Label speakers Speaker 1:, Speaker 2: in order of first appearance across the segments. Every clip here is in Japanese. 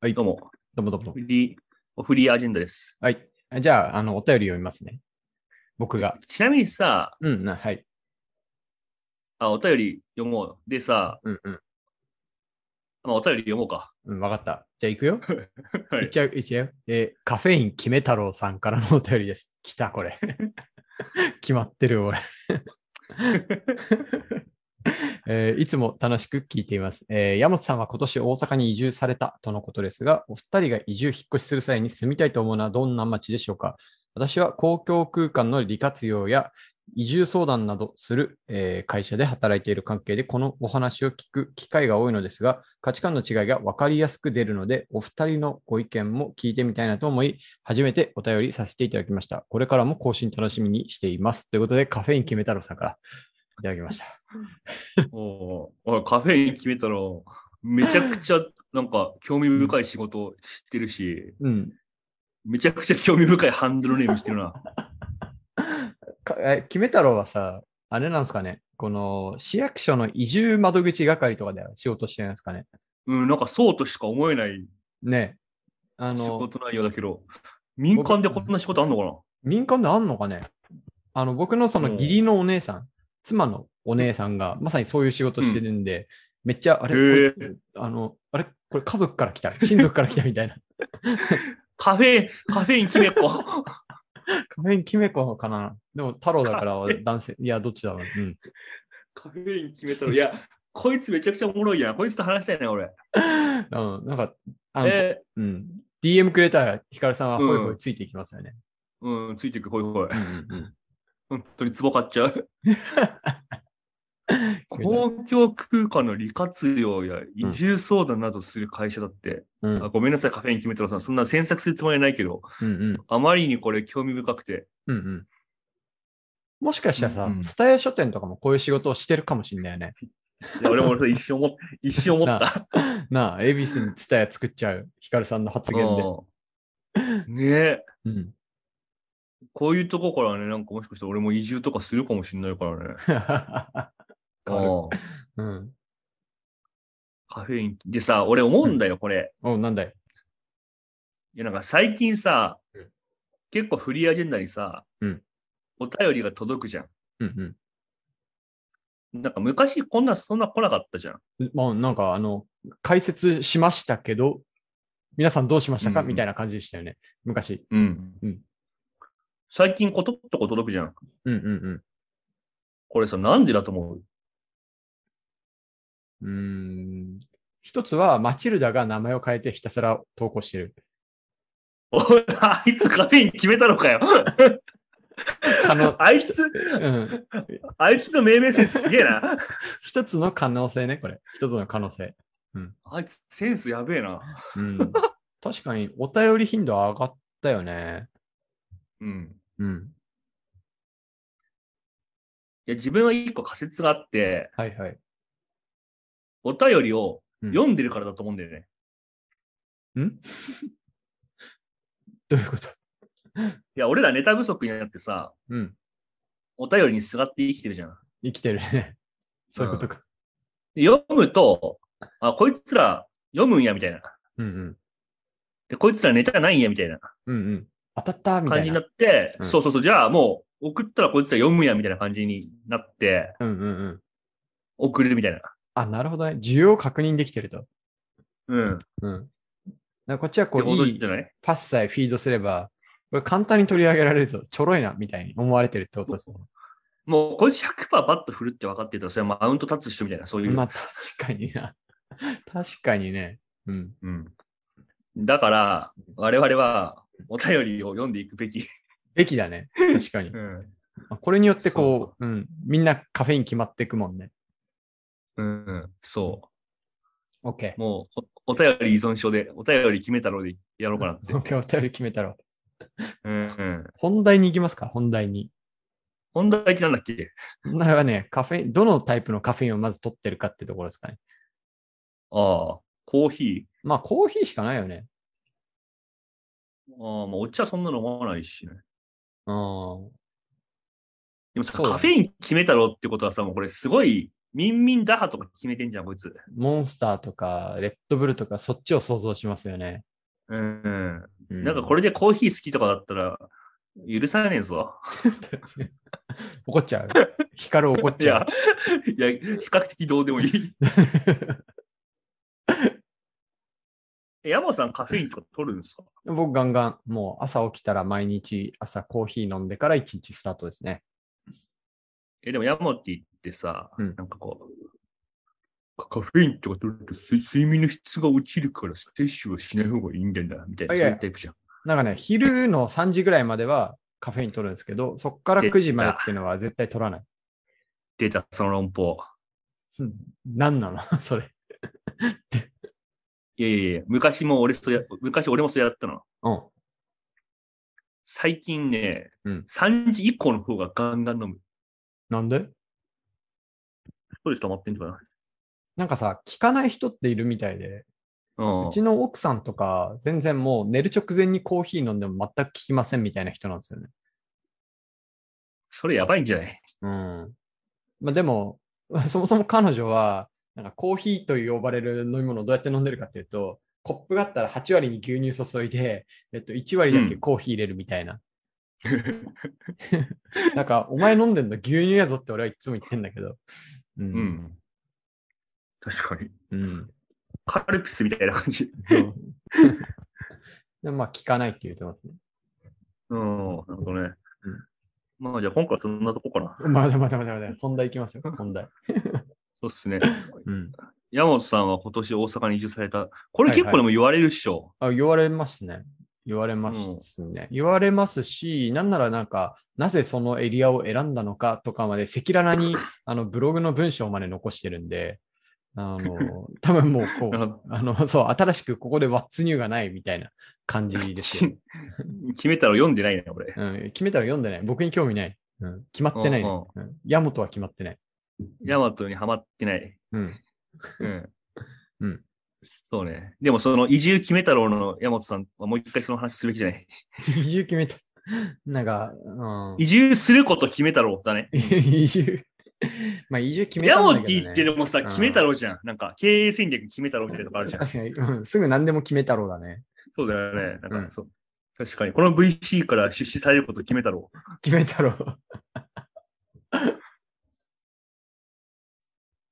Speaker 1: はい
Speaker 2: どうも、
Speaker 1: どうもどうもどう
Speaker 2: フ
Speaker 1: も。
Speaker 2: リー、フリーアジェンダです。
Speaker 1: はい。じゃあ、あの、お便り読みますね。僕が。
Speaker 2: ちなみにさ、
Speaker 1: うん、なはい。
Speaker 2: あお便り読もう。でさ、
Speaker 1: うんうん。
Speaker 2: まあ、お便り読もうか。
Speaker 1: うん、わかった。じゃあ、行くよ。
Speaker 2: は
Speaker 1: 行っ
Speaker 2: い。
Speaker 1: ちゃう、行っちゃうよ。えーカフェイン決め太郎さんからのお便りです。来た、 これ。決まってる、俺。えーいつも楽しく聞いています、えー山本さんは今年大阪に移住されたとのことですが、お二人が移住、引っ越しする際に住みたいと思うのはどんな町でしょうか私は公共空間の利活用や移住相談などする、えー会社で働いている関係で、このお話を聞く機会が多いのですが、価値観の違いが分かりやすく出るので、お二人のご意見も聞いてみたいなと思い、初めてお便りさせていただきました。これからも更新楽しみにしています。ということで、カフェイン決め太郎さんからいただきました。
Speaker 2: おーおいカフェイン決めたら、めちゃくちゃ、なんか、興味深い仕事知ってるし、
Speaker 1: うん。
Speaker 2: めちゃくちゃ興味深いハンドルネームしてるな。
Speaker 1: かえ、決め太郎はさ、あれなんですかね、この市役所の移住窓口係とかで仕事してるんですかね。
Speaker 2: うん、なんかそうとしか思えない
Speaker 1: ねえあ
Speaker 2: 仕
Speaker 1: の、
Speaker 2: 事内容だけど、民間でこんな仕事あんのかな
Speaker 1: 民間であんのかねあの、僕のその
Speaker 2: うん
Speaker 1: 義理のお姉さん、妻のお姉さんがまさにそういう仕事してるんで、めっちゃ、あれ、
Speaker 2: へえ
Speaker 1: これあの、あれ、これ家族から来た、親族から来たみ たいな。
Speaker 2: カフェ、カフェイン決めっこ。
Speaker 1: カフェイン決め子かなでも太郎だからは
Speaker 2: カフェ
Speaker 1: 男性、いや、どっちだろう。 うん。
Speaker 2: カフェイン決めたら、いや、こいつめちゃくちゃおもろいやん。こいつと話したいな、俺。
Speaker 1: うん、なんか、あの、
Speaker 2: え
Speaker 1: うん。DM くれたら、ヒカルさんは
Speaker 2: うん
Speaker 1: ほいほいついていきますよね。
Speaker 2: ーうん、ついてく、ほいほ
Speaker 1: う
Speaker 2: い。
Speaker 1: んうんうん。
Speaker 2: 本当にツボ買っち ゃう。公共空間の利活用や移住相談などする会社だって、
Speaker 1: うん、うん
Speaker 2: あごめんなさい、カフェイン決めたらさん、そんな詮索するつもりはないけど、
Speaker 1: うん
Speaker 2: あまりにこれ興味深くて、
Speaker 1: うんうん。もしかしたらさ、
Speaker 2: うんうん
Speaker 1: 伝え書店とかもこういう仕事をしてるかもしれないよね。
Speaker 2: いや俺も俺さ 一瞬思っ一瞬思った。
Speaker 1: なあ、恵比寿に伝え作っちゃう、ヒカルさんの発言で。
Speaker 2: うんねえ、
Speaker 1: うん、
Speaker 2: こういうとこからね、なんかもしかしたら俺も移住とかするかもしれないからね。
Speaker 1: 軽
Speaker 2: うん
Speaker 1: いうん。
Speaker 2: カフェイン。でさ、俺思うんだよ、これ。
Speaker 1: おなんだい。
Speaker 2: いや、なんか最近さ、
Speaker 1: うん
Speaker 2: 結構フリーアジェンダにさ、
Speaker 1: うん
Speaker 2: お便りが届くじゃん。
Speaker 1: うん
Speaker 2: なんか昔こんな、そんな来なかったじゃん。
Speaker 1: うん。まあ、なんか、あの、解説しましたけど、皆さんどうしましたか、
Speaker 2: うんうん
Speaker 1: みたいな感じでしたよね。昔。
Speaker 2: うん
Speaker 1: うん
Speaker 2: 最近ことっとこ届くじゃん。
Speaker 1: うんうん
Speaker 2: これさ、なんでだと思う
Speaker 1: うん。うーん。一つは、マチルダが名前を変えてひたすら投稿してる。
Speaker 2: おいあいつカフェイン決めたのかよ。、
Speaker 1: 可能
Speaker 2: あいつ、
Speaker 1: うん。
Speaker 2: あいつの命名センスすげえな。
Speaker 1: 一つの可能性ね、これ。一つの可能性。
Speaker 2: あいつセンスやべえな。
Speaker 1: うん。確かに、お便り頻度上がったよね。
Speaker 2: うん。
Speaker 1: うん。
Speaker 2: いや、自分は一個仮説があって、
Speaker 1: はいはい。
Speaker 2: お便りを
Speaker 1: うん
Speaker 2: 読んでるからだと思うんだよね。
Speaker 1: どういうこと
Speaker 2: いや、俺らネタ不足になってさ、
Speaker 1: うん。
Speaker 2: お便りにすがって生きてるじゃん。
Speaker 1: 生きてるね。 そういうことか。
Speaker 2: で読むと、あ、こいつら読むんや、みたいな。
Speaker 1: うんうん。
Speaker 2: で、こいつらネタないんや、みたいな
Speaker 1: うんうん。当たったみた
Speaker 2: 感
Speaker 1: い
Speaker 2: じに
Speaker 1: な。
Speaker 2: なって、
Speaker 1: うん
Speaker 2: そうそうそう、じゃあもう、送ったらこいつら読むんや、みたいな感じになって、
Speaker 1: うんうんうん。
Speaker 2: 送るみたいな。
Speaker 1: あ、なるほどね。需要を確認できてると。
Speaker 2: うん。って
Speaker 1: うん。だからこっちはこ
Speaker 2: こ
Speaker 1: う、
Speaker 2: と
Speaker 1: いい
Speaker 2: じゃない
Speaker 1: パスさえフィードすれば、これ簡単に取り上げられるぞ。ちょろいな、みたいに思われてるってことですね。
Speaker 2: もう、こいつ100%バッと振るって分かってたら、それはマウント立つ人みたいな、そういう。
Speaker 1: まあ、確かにな。 確かにね。うん。
Speaker 2: うん。だから、我々は、お便りを読んでいく べき。
Speaker 1: べきだね。確かに。
Speaker 2: うん。
Speaker 1: あこれによってこ、
Speaker 2: そう
Speaker 1: うん、みんなカフェイン決まっていくもんね。
Speaker 2: うん。そ
Speaker 1: OK
Speaker 2: う。。もうお、お便り依存症で、お便り決めたろでやろうか なって。
Speaker 1: OK、お便り決めたら。
Speaker 2: うんうん。
Speaker 1: 本題に行きますか、本題に。
Speaker 2: 本題ってなんだっけ
Speaker 1: 本題はね、カフェイン、どのタイプのカフェインをまず取ってるかってところですかね。
Speaker 2: ああ、コーヒ
Speaker 1: まあ、コーヒーしかないよね。
Speaker 2: ー。ああ、まあ、お茶そんなの飲まないしね。
Speaker 1: うん。
Speaker 2: でもさ、
Speaker 1: そうだね
Speaker 2: カフェイン決めたろってことはさ、もうこれすごいミンミン打破とか決めてんじゃん、こいつ。
Speaker 1: モンスターとか、レッドブルとか、そっちを想像しますよね。
Speaker 2: うん。
Speaker 1: う
Speaker 2: なんかこれでコーヒー好きとかだったら、許さねえぞ。
Speaker 1: 怒っち ゃう。光る怒っ
Speaker 2: い
Speaker 1: ちゃ
Speaker 2: や、いや、比較的どうでもいい。え山本さん、カフェインとか取るんですか
Speaker 1: う。 僕ガンガン、もう朝起きたら毎日朝コーヒー飲んでから一日スタートですね。
Speaker 2: え、でも山本ってさ、
Speaker 1: うん
Speaker 2: なんかこう、カカフェインとか取ると睡睡眠の質が落ちるから摂取はしない方がいいんだよな、みたいな、
Speaker 1: あい
Speaker 2: そう
Speaker 1: や
Speaker 2: いうタイプじゃん。
Speaker 1: なんかね、昼の3時ぐらいまではカフェイン取るんですけど、そっから9時までっていうのは絶対取らない。
Speaker 2: データ、その論法。
Speaker 1: うん何なの それ。
Speaker 2: いやいやいや、昔も俺そうや、昔俺もそうやったの。
Speaker 1: うん。
Speaker 2: 最近ね、
Speaker 1: うん
Speaker 2: 3時以降の方がガンガン飲む。
Speaker 1: なんで
Speaker 2: ストレス溜まってんのか
Speaker 1: なんかさ、聞かない人っているみたいで、
Speaker 2: なうん
Speaker 1: う。ちの奥さんとか、全然もう寝る直前にコーヒー飲んでも全く効きませんみたいな人なんですよね。
Speaker 2: それやばいんじゃない
Speaker 1: うん。まあでも、 そもそも彼女は、なんかコーヒーと呼ばれる飲み物をどうやって飲んでるかっていうと、コップがあったら8割に牛乳注いで、えっと、1割だけコーヒー入れるみたいな。 なんか、お前飲んでんの牛乳やぞって俺はいつも言ってんだけど。う。
Speaker 2: うんん。確かに。
Speaker 1: うん。
Speaker 2: カルピスみたいな感じ。
Speaker 1: そう でもまあ、聞かないって言ってますね。
Speaker 2: うん。なるほどね。まあじゃあ今回はそんなとこかな。
Speaker 1: まだまだまだまだ。本題いきますよ、本題。
Speaker 2: そうっすね。
Speaker 1: うん。
Speaker 2: 山本さんは今年大阪に移住された。これ結構でも言われるっしょ。
Speaker 1: あ、言われますね。言われますね。言われますし、なんならなんか、なぜそのエリアを選んだのかとかまで、赤裸々にあのブログの文章まで残してるんで、あ の、多分もうこ
Speaker 2: な
Speaker 1: う、
Speaker 2: んか
Speaker 1: あの、そう、新しくここでワッツニューがないみたいな感じです よ。
Speaker 2: 決めたら読んでないね、俺。
Speaker 1: うん、決めたら読んでない。僕に興味ない。うん、決まってない、ね
Speaker 2: うんうん
Speaker 1: うん。ヤモトは決まってない。
Speaker 2: ヤマトにはまってない。
Speaker 1: うん。
Speaker 2: うん。
Speaker 1: うん。
Speaker 2: そうね。でもその移住決めたろうの山本さんはもう一回その話すべきじゃない。
Speaker 1: 移住決めた。なんか、うん
Speaker 2: 移住すること決めたろうだね。
Speaker 1: 移住。まあ移住決めた
Speaker 2: ヤ
Speaker 1: んだ
Speaker 2: モ
Speaker 1: け
Speaker 2: テ
Speaker 1: ど、ね。
Speaker 2: ィってでもさ、
Speaker 1: うん
Speaker 2: 決めたろうじゃん。なんか経営戦略決めたろうみたいなとこあるじゃん。
Speaker 1: 確かに、うん、すぐ何でも決めたろうだね。
Speaker 2: そうだよね。なんか、
Speaker 1: うん
Speaker 2: そう。確かに。この VC から出資されること決めたろう。
Speaker 1: 決めたろう。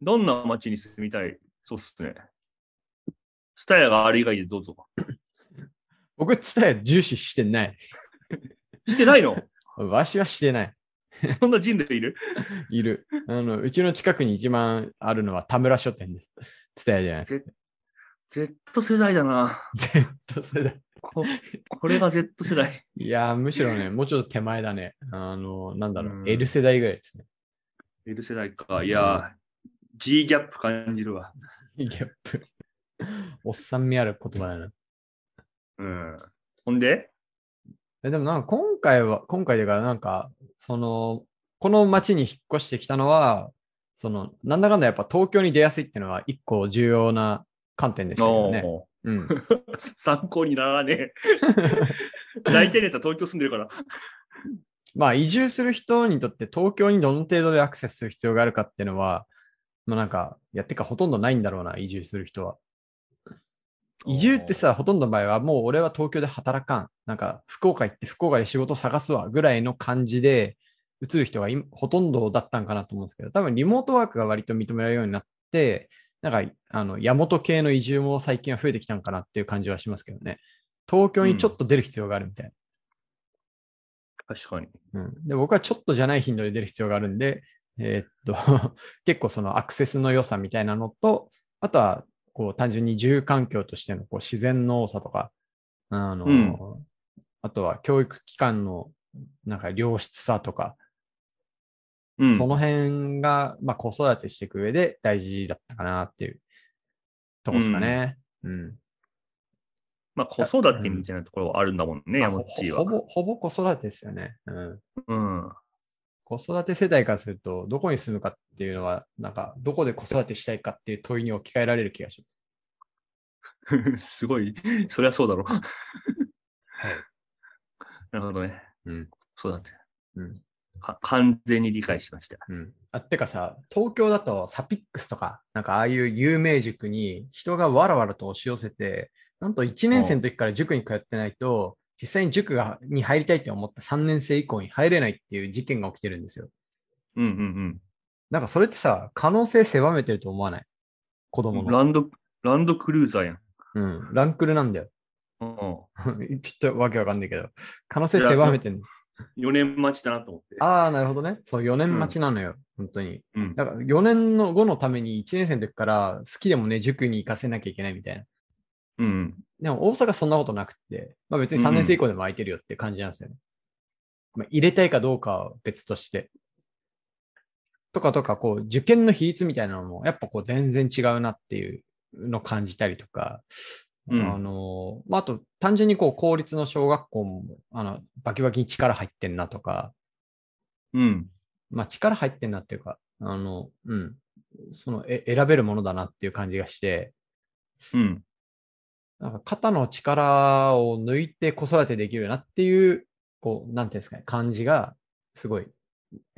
Speaker 2: どんな街に住みたいそうっすね。スタヤがある以外でどうぞ。
Speaker 1: 僕、ツタヤ重視してない。
Speaker 2: してな いの
Speaker 1: わしはしてない。
Speaker 2: そんな人類いる
Speaker 1: いる。あの、うちの近くに一番あるのは田村書店です。ツタヤじゃない。
Speaker 2: ?Z 世代だな。
Speaker 1: Z 世代。
Speaker 2: ここれが Z 世代。
Speaker 1: いやー、むしろね、もうちょっと手前だね。あの、なんだろう、
Speaker 2: うん
Speaker 1: L 世代ぐらいですね。
Speaker 2: L 世代か。いやー、G ギャップ感じるわ。
Speaker 1: ギャップ。おっさん味ある言葉だな。
Speaker 2: うん。ほんで
Speaker 1: えでもなんか今回は、今回だからなんか、その、この町に引っ越してきたのは、その、なんだかんだやっぱ東京に出やすいっていうのは一個重要な観点でしたよね。
Speaker 2: お
Speaker 1: うん。
Speaker 2: ー参考にならねえ。大体ネタ東京住んでるから。
Speaker 1: まあ移住する人にとって東京にどの程度でアクセスする必要があるかっていうのは、まあなんか、いやってかほとんどないんだろうな、移住する人は。移住ってさ、ほとんどの場合はもう俺は東京で働かん。なんか福岡行って福岡で仕事探すわぐらいの感じで移る人が今ほとんどだったんかなと思うんですけど、多分リモートワークが割と認められるようになって、なんかあの山本系の移住も最近は増えてきたんかなっていう感じはしますけどね。東京にちょっと出る必要があるみたいな。
Speaker 2: 確かに。
Speaker 1: うん、で僕はちょっとじゃない頻度で出る必要があるんで、えーっと 結構そのアクセスの良さみたいなのと、あとはこう単純に住環境としてのこう自然の多さとか、あの
Speaker 2: うん
Speaker 1: あとは教育機関のなんか良質さとか、
Speaker 2: うん。
Speaker 1: その辺が、まあ、子育てしていく上で大事だったかなっていうとこですかね。うん
Speaker 2: まあ、子育てみたいなところはあるんだもんね、
Speaker 1: まあ
Speaker 2: 山
Speaker 1: ほ
Speaker 2: 本は。
Speaker 1: ほぼほぼ子育てですよね。うん
Speaker 2: うん。
Speaker 1: 子育て世代からすると、どこに住むかっていうのは、なんか、どこで子育てしたいかっていう問いに置き換えられる気がします。
Speaker 2: すごい。そりゃそうだろう。なるほどね。
Speaker 1: うん。
Speaker 2: そうだって。
Speaker 1: うん。
Speaker 2: か完全に理解しました。
Speaker 1: うん。あてかさ、東京だとサピックスとか、なんかああいう有名塾に人がわらわらと押し寄せて、なんと1年生の時から塾に通ってないと、実際に塾がに入りたいって思った3年生以降に入れないっていう事件が起きてるんですよ。
Speaker 2: うんうん
Speaker 1: なんかそれってさ、可能性狭めてると思わない子
Speaker 2: う
Speaker 1: 供
Speaker 2: ん。
Speaker 1: の。
Speaker 2: ランド、ランドクルーザーやん。
Speaker 1: うん。ランクルなんだよ。
Speaker 2: うん。
Speaker 1: ちょっとわけわかんないけど。可能性狭めてる。
Speaker 2: 4年待ちだなと思って。
Speaker 1: ああ、なるほどね。そう、4年待ちなのよ。本当に。
Speaker 2: うん。
Speaker 1: だから4年の後のために1年生の時から好きでもね、塾に行かせなきゃいけないみたいな。
Speaker 2: うん。
Speaker 1: でも大阪そんなことなくって、まあ別に3年生以降でも空いてるよって感じなんですよね。まあ入れたいかどうかは別として。とかとか、こう、受験の比率みたいなのも、やっぱこう全然違うなっていうのを感じたりとか、
Speaker 2: うん
Speaker 1: あの、まああと単純にこう、公立の小学校も、あの、バキバキに力入ってんなとか、
Speaker 2: うん。
Speaker 1: まあ力入ってんなっていうか、あの、うん、その、え選べるものだなっていう感じがして、
Speaker 2: うん。
Speaker 1: なんか肩の力を抜いて子育てできるなっていう、こう、なんていうんですかね、感じが、すごい、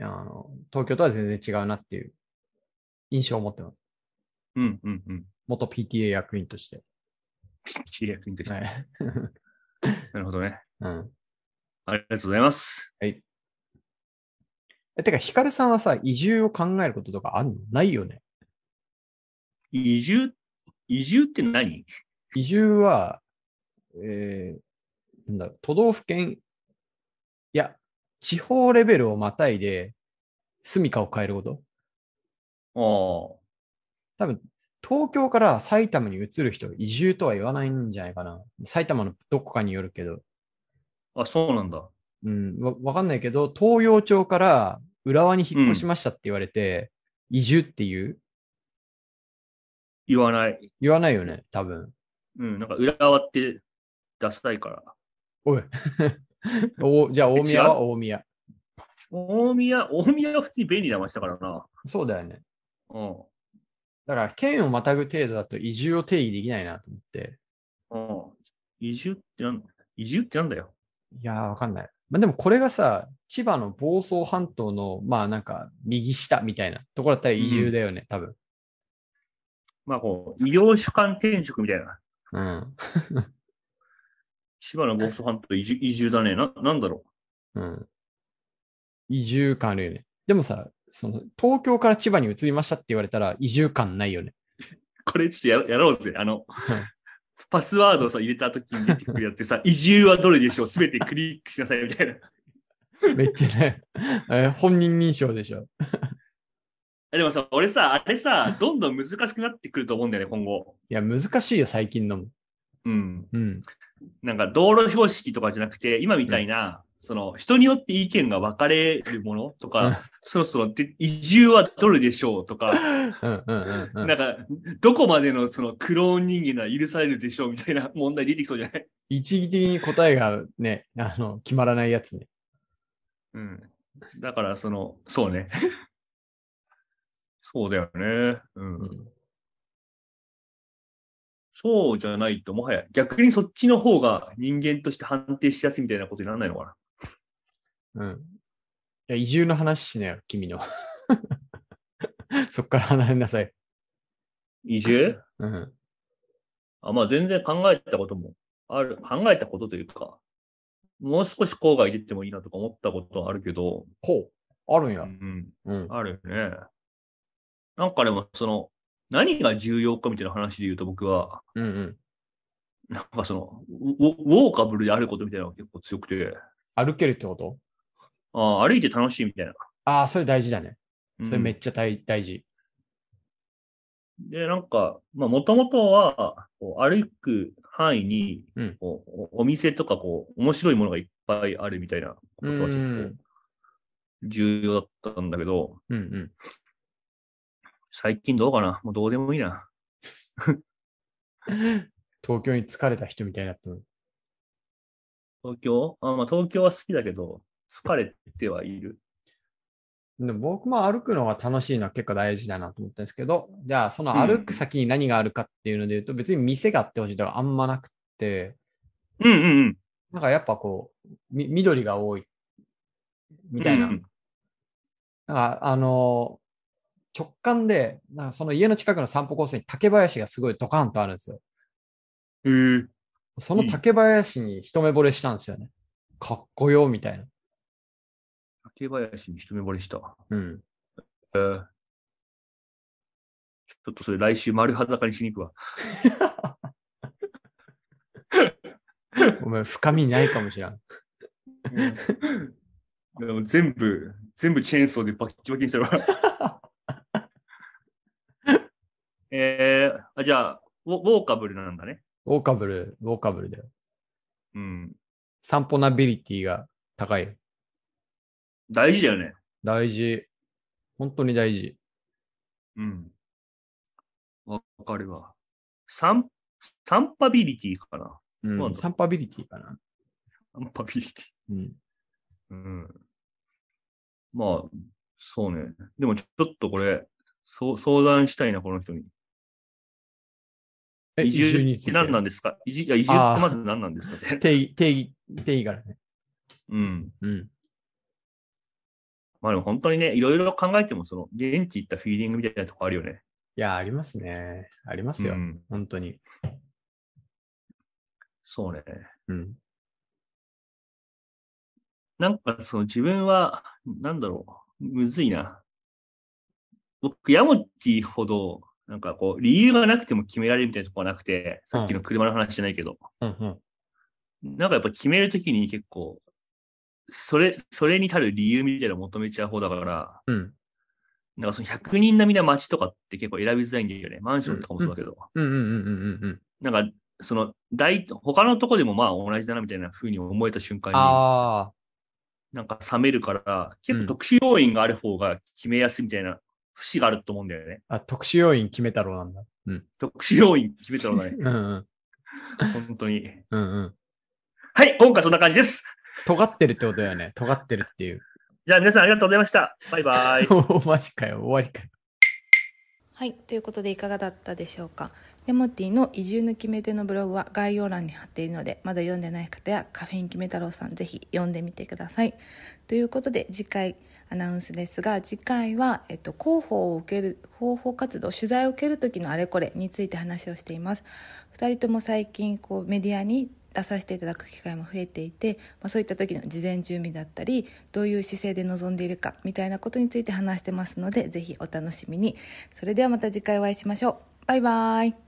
Speaker 1: あの、東京とは全然違うなっていう印象を持ってます。
Speaker 2: うん。うん。うん。
Speaker 1: 元 PTA 役員として。
Speaker 2: 契約員として。
Speaker 1: はい。
Speaker 2: なるほどね。
Speaker 1: うん。
Speaker 2: ありがとうございます。
Speaker 1: え、てか、ヒカルさんはさ、移住を考えることとかあるのないよね。
Speaker 2: 移住、移住って何
Speaker 1: 移住は、えー、なんだろう、都道府県、いや、地方レベルをまたいで、住処を変えること
Speaker 2: ああ。
Speaker 1: 多分、東京から埼玉に移る人、移住とは言わないんじゃないかな。埼玉のどこかによるけど、
Speaker 2: あ、そうなんだ。
Speaker 1: うん、わわかんないけど、東洋町から浦和に引っ越しましたって言われて、移住っていう
Speaker 2: 言わない。
Speaker 1: 言わないよね、多分。
Speaker 2: うん。なんか、裏側って出したいから。
Speaker 1: おい。 おじゃあ、大宮は
Speaker 2: 違
Speaker 1: 大宮。
Speaker 2: 大宮、大宮は普通に便利な街だからな。
Speaker 1: そうだよね。
Speaker 2: うん。
Speaker 1: だから、県をまたぐ程度だと移住を定義できないなと思って。
Speaker 2: うん。移住ってなん移住ってなんだよ。
Speaker 1: いやー、わかんない。まあ、でもこれがさ、千葉の房総半島の、まあなんか、右下みたいなところだったら移住だよね、多分。
Speaker 2: まあ、こう、医療主管転職みたいな。
Speaker 1: うん。
Speaker 2: 千葉の房総半島移住移住だね。な、なんだろ
Speaker 1: うん。移住感あるよね。でもさ、その東京から千葉に移りましたって言われたら移住感ないよね。
Speaker 2: う。これちょっとややろうぜ。あの
Speaker 1: い、
Speaker 2: パスワードをさ、入れた時に出てくるやつでさ、移住はどれでしょうすべてクリックしなさいみたいな。
Speaker 1: めっちゃね、えー本人認証でしょ。
Speaker 2: でもさ、俺さ、あれ さ、どんどん難しくなってくると思うんだよね、今後。
Speaker 1: いや、難しいよ、最近のも。
Speaker 2: うん。
Speaker 1: うん。
Speaker 2: なんか、道路標識とかじゃなくて、今みたいな、その、人によって意見が分かれるものと
Speaker 1: うん
Speaker 2: か、そろそろで、移住はどれでしょうとか、
Speaker 1: うんうんうんうん、
Speaker 2: なんか、どこまでのそのクローン人間なら許されるでしょうみたいな 問題出てきそうじゃない
Speaker 1: 一義的に答えがね、あの、決まらないやつね。
Speaker 2: うん。だから、その、そう ね。そうだよね。うん。
Speaker 1: うん
Speaker 2: そうじゃないと、もはや、逆にそっちの方が人間として判定しやすいみたいなことにならないのか
Speaker 1: うん。いや、移住の話しなよ、君の。 そっから離れなさい。
Speaker 2: な移住
Speaker 1: うん。
Speaker 2: あまあ、全然考えたこともある、考えたことというか、もう少し郊外出てもいいなとか思ったことはあるけど、
Speaker 1: ほう。あるんや。
Speaker 2: ん。
Speaker 1: うん。
Speaker 2: あるよね。なんかでも、その、何が重要かみたいな話で言うと僕は、
Speaker 1: うんうん。
Speaker 2: なんかその、ウォウォーカブルであることみたいなのが結構強くて、
Speaker 1: 歩けるってこと
Speaker 2: ああ、歩いて楽しいみたいな。
Speaker 1: ああ、それ大事だね。
Speaker 2: うん
Speaker 1: それめっちゃ大,、大事。
Speaker 2: で、なんか、まあ、もともとは、こう歩く範囲に
Speaker 1: うん
Speaker 2: こう、おお店とか、こう、面白いものがいっぱいあるみたいなことはち
Speaker 1: う
Speaker 2: ょっ
Speaker 1: ん
Speaker 2: と重要だったんだけど、
Speaker 1: うんうん。
Speaker 2: 最近どうかなもうどうでもいいな。
Speaker 1: 東京に疲れた人みたいになってる。
Speaker 2: 東京あまあ、東京は好きだけど、疲れてはいる。
Speaker 1: でも僕も歩くのが楽しいのは結構大事だなと思ったんですけど、じゃあその
Speaker 2: うん
Speaker 1: 歩く先に何があるかっていうので言うと、別に店があってほしいとかあんまなくって、
Speaker 2: うんうんうん。
Speaker 1: なんかやっぱこう、み緑が多いみたいな
Speaker 2: うん
Speaker 1: なんか、あのー直感で、なんかその家の近くの散歩コースに竹林がすごいドカンとあるんですよ。
Speaker 2: えー、
Speaker 1: その竹林に一目惚れしたんですよね。かっこよ、みたいな。
Speaker 2: 竹林に一目惚れした。
Speaker 1: うん。
Speaker 2: えー、ちょっとそれ来週丸裸にしに行くわ。
Speaker 1: ごめん、深みないかもしれん。
Speaker 2: でも全部、全部チェーンソーでバッキバキにしたら。 えー、あじゃあウォ、ウォーカブルなんだね。
Speaker 1: ウォーカブル、ウォーカブルだよ。
Speaker 2: うん。
Speaker 1: 散歩ナビリティが高い。
Speaker 2: 大事だよね。
Speaker 1: 大事。本当に大事。
Speaker 2: うん。わかるわ。散、散パビリティかな。
Speaker 1: うん
Speaker 2: そうなんだ
Speaker 1: 散歩ビリティかな。
Speaker 2: 散パビリテ
Speaker 1: う
Speaker 2: ィ。
Speaker 1: ん。
Speaker 2: うん。まあ、そうね。でもちょっとこれ、そう相談したいな、この人に。
Speaker 1: え
Speaker 2: 移住
Speaker 1: に
Speaker 2: っ
Speaker 1: つい
Speaker 2: て
Speaker 1: て
Speaker 2: 何なんですか移住いや移住ってまず何なんですか ね。
Speaker 1: 定義、定義、定義からね。
Speaker 2: うん。
Speaker 1: うん。
Speaker 2: まあでも本当にね、いろいろ考えても、その、現地行ったフィーリングみたいなとこあるよね。
Speaker 1: いや、ありますね。あります
Speaker 2: う
Speaker 1: よ。
Speaker 2: ん。
Speaker 1: 本当に。
Speaker 2: そうね。
Speaker 1: うん。
Speaker 2: なんかその自分は、なんだろう、むずいな。僕、ヤモティほど、なんかこう、理由がなくても決められるみたいなとこはなくて、さっきの車の話じゃないけど、
Speaker 1: うんうん。
Speaker 2: なんかやっぱ決めるときに結構、それ、それに足る理由みたいなのを求めちゃう方だから、
Speaker 1: うん。
Speaker 2: なんかその100人並みな街とかって結構選びづらいんだよね。マンションとかもそうだけど。
Speaker 1: うんうんうんうんうん。
Speaker 2: なんか、その、大、他のとこでもまあ同じだなみたいな風に思えた瞬間に、
Speaker 1: ああ、
Speaker 2: なんか冷めるから、結
Speaker 1: うん
Speaker 2: 構特殊要因がある方が決めやすいみたいな節があると思うんだよね。
Speaker 1: あ、特殊要因決めたろうなんだ。うん。
Speaker 2: 特殊要因決めたのがね
Speaker 1: う、んうん。
Speaker 2: 本当に。
Speaker 1: うんうん。
Speaker 2: はい、今回そんな感じです。
Speaker 1: 尖ってるってことだよね。尖ってるっていう。。
Speaker 2: じゃあ皆さんありがとうございました。バイバイ
Speaker 1: おマジかよ。終わりかよ。
Speaker 3: はい、ということでいかがだったでしょうかヤモティの移住の決め手のブログは概要欄に貼っているのでまだ読んでない方やカフェイン決め太郎さんぜひ読んでみてくださいということで次回アナウンスですが次回は、えっと、広報を受ける広報活動取材を受ける時のあれこれについて話をしています2人とも最近こうメディアに出させていただく機会も増えていて、まあ、そういった時の事前準備だったりどういう姿勢で臨んでいるかみたいなことについて話してますのでぜひお楽しみにそれではまた次回お会いしましょうバイバイ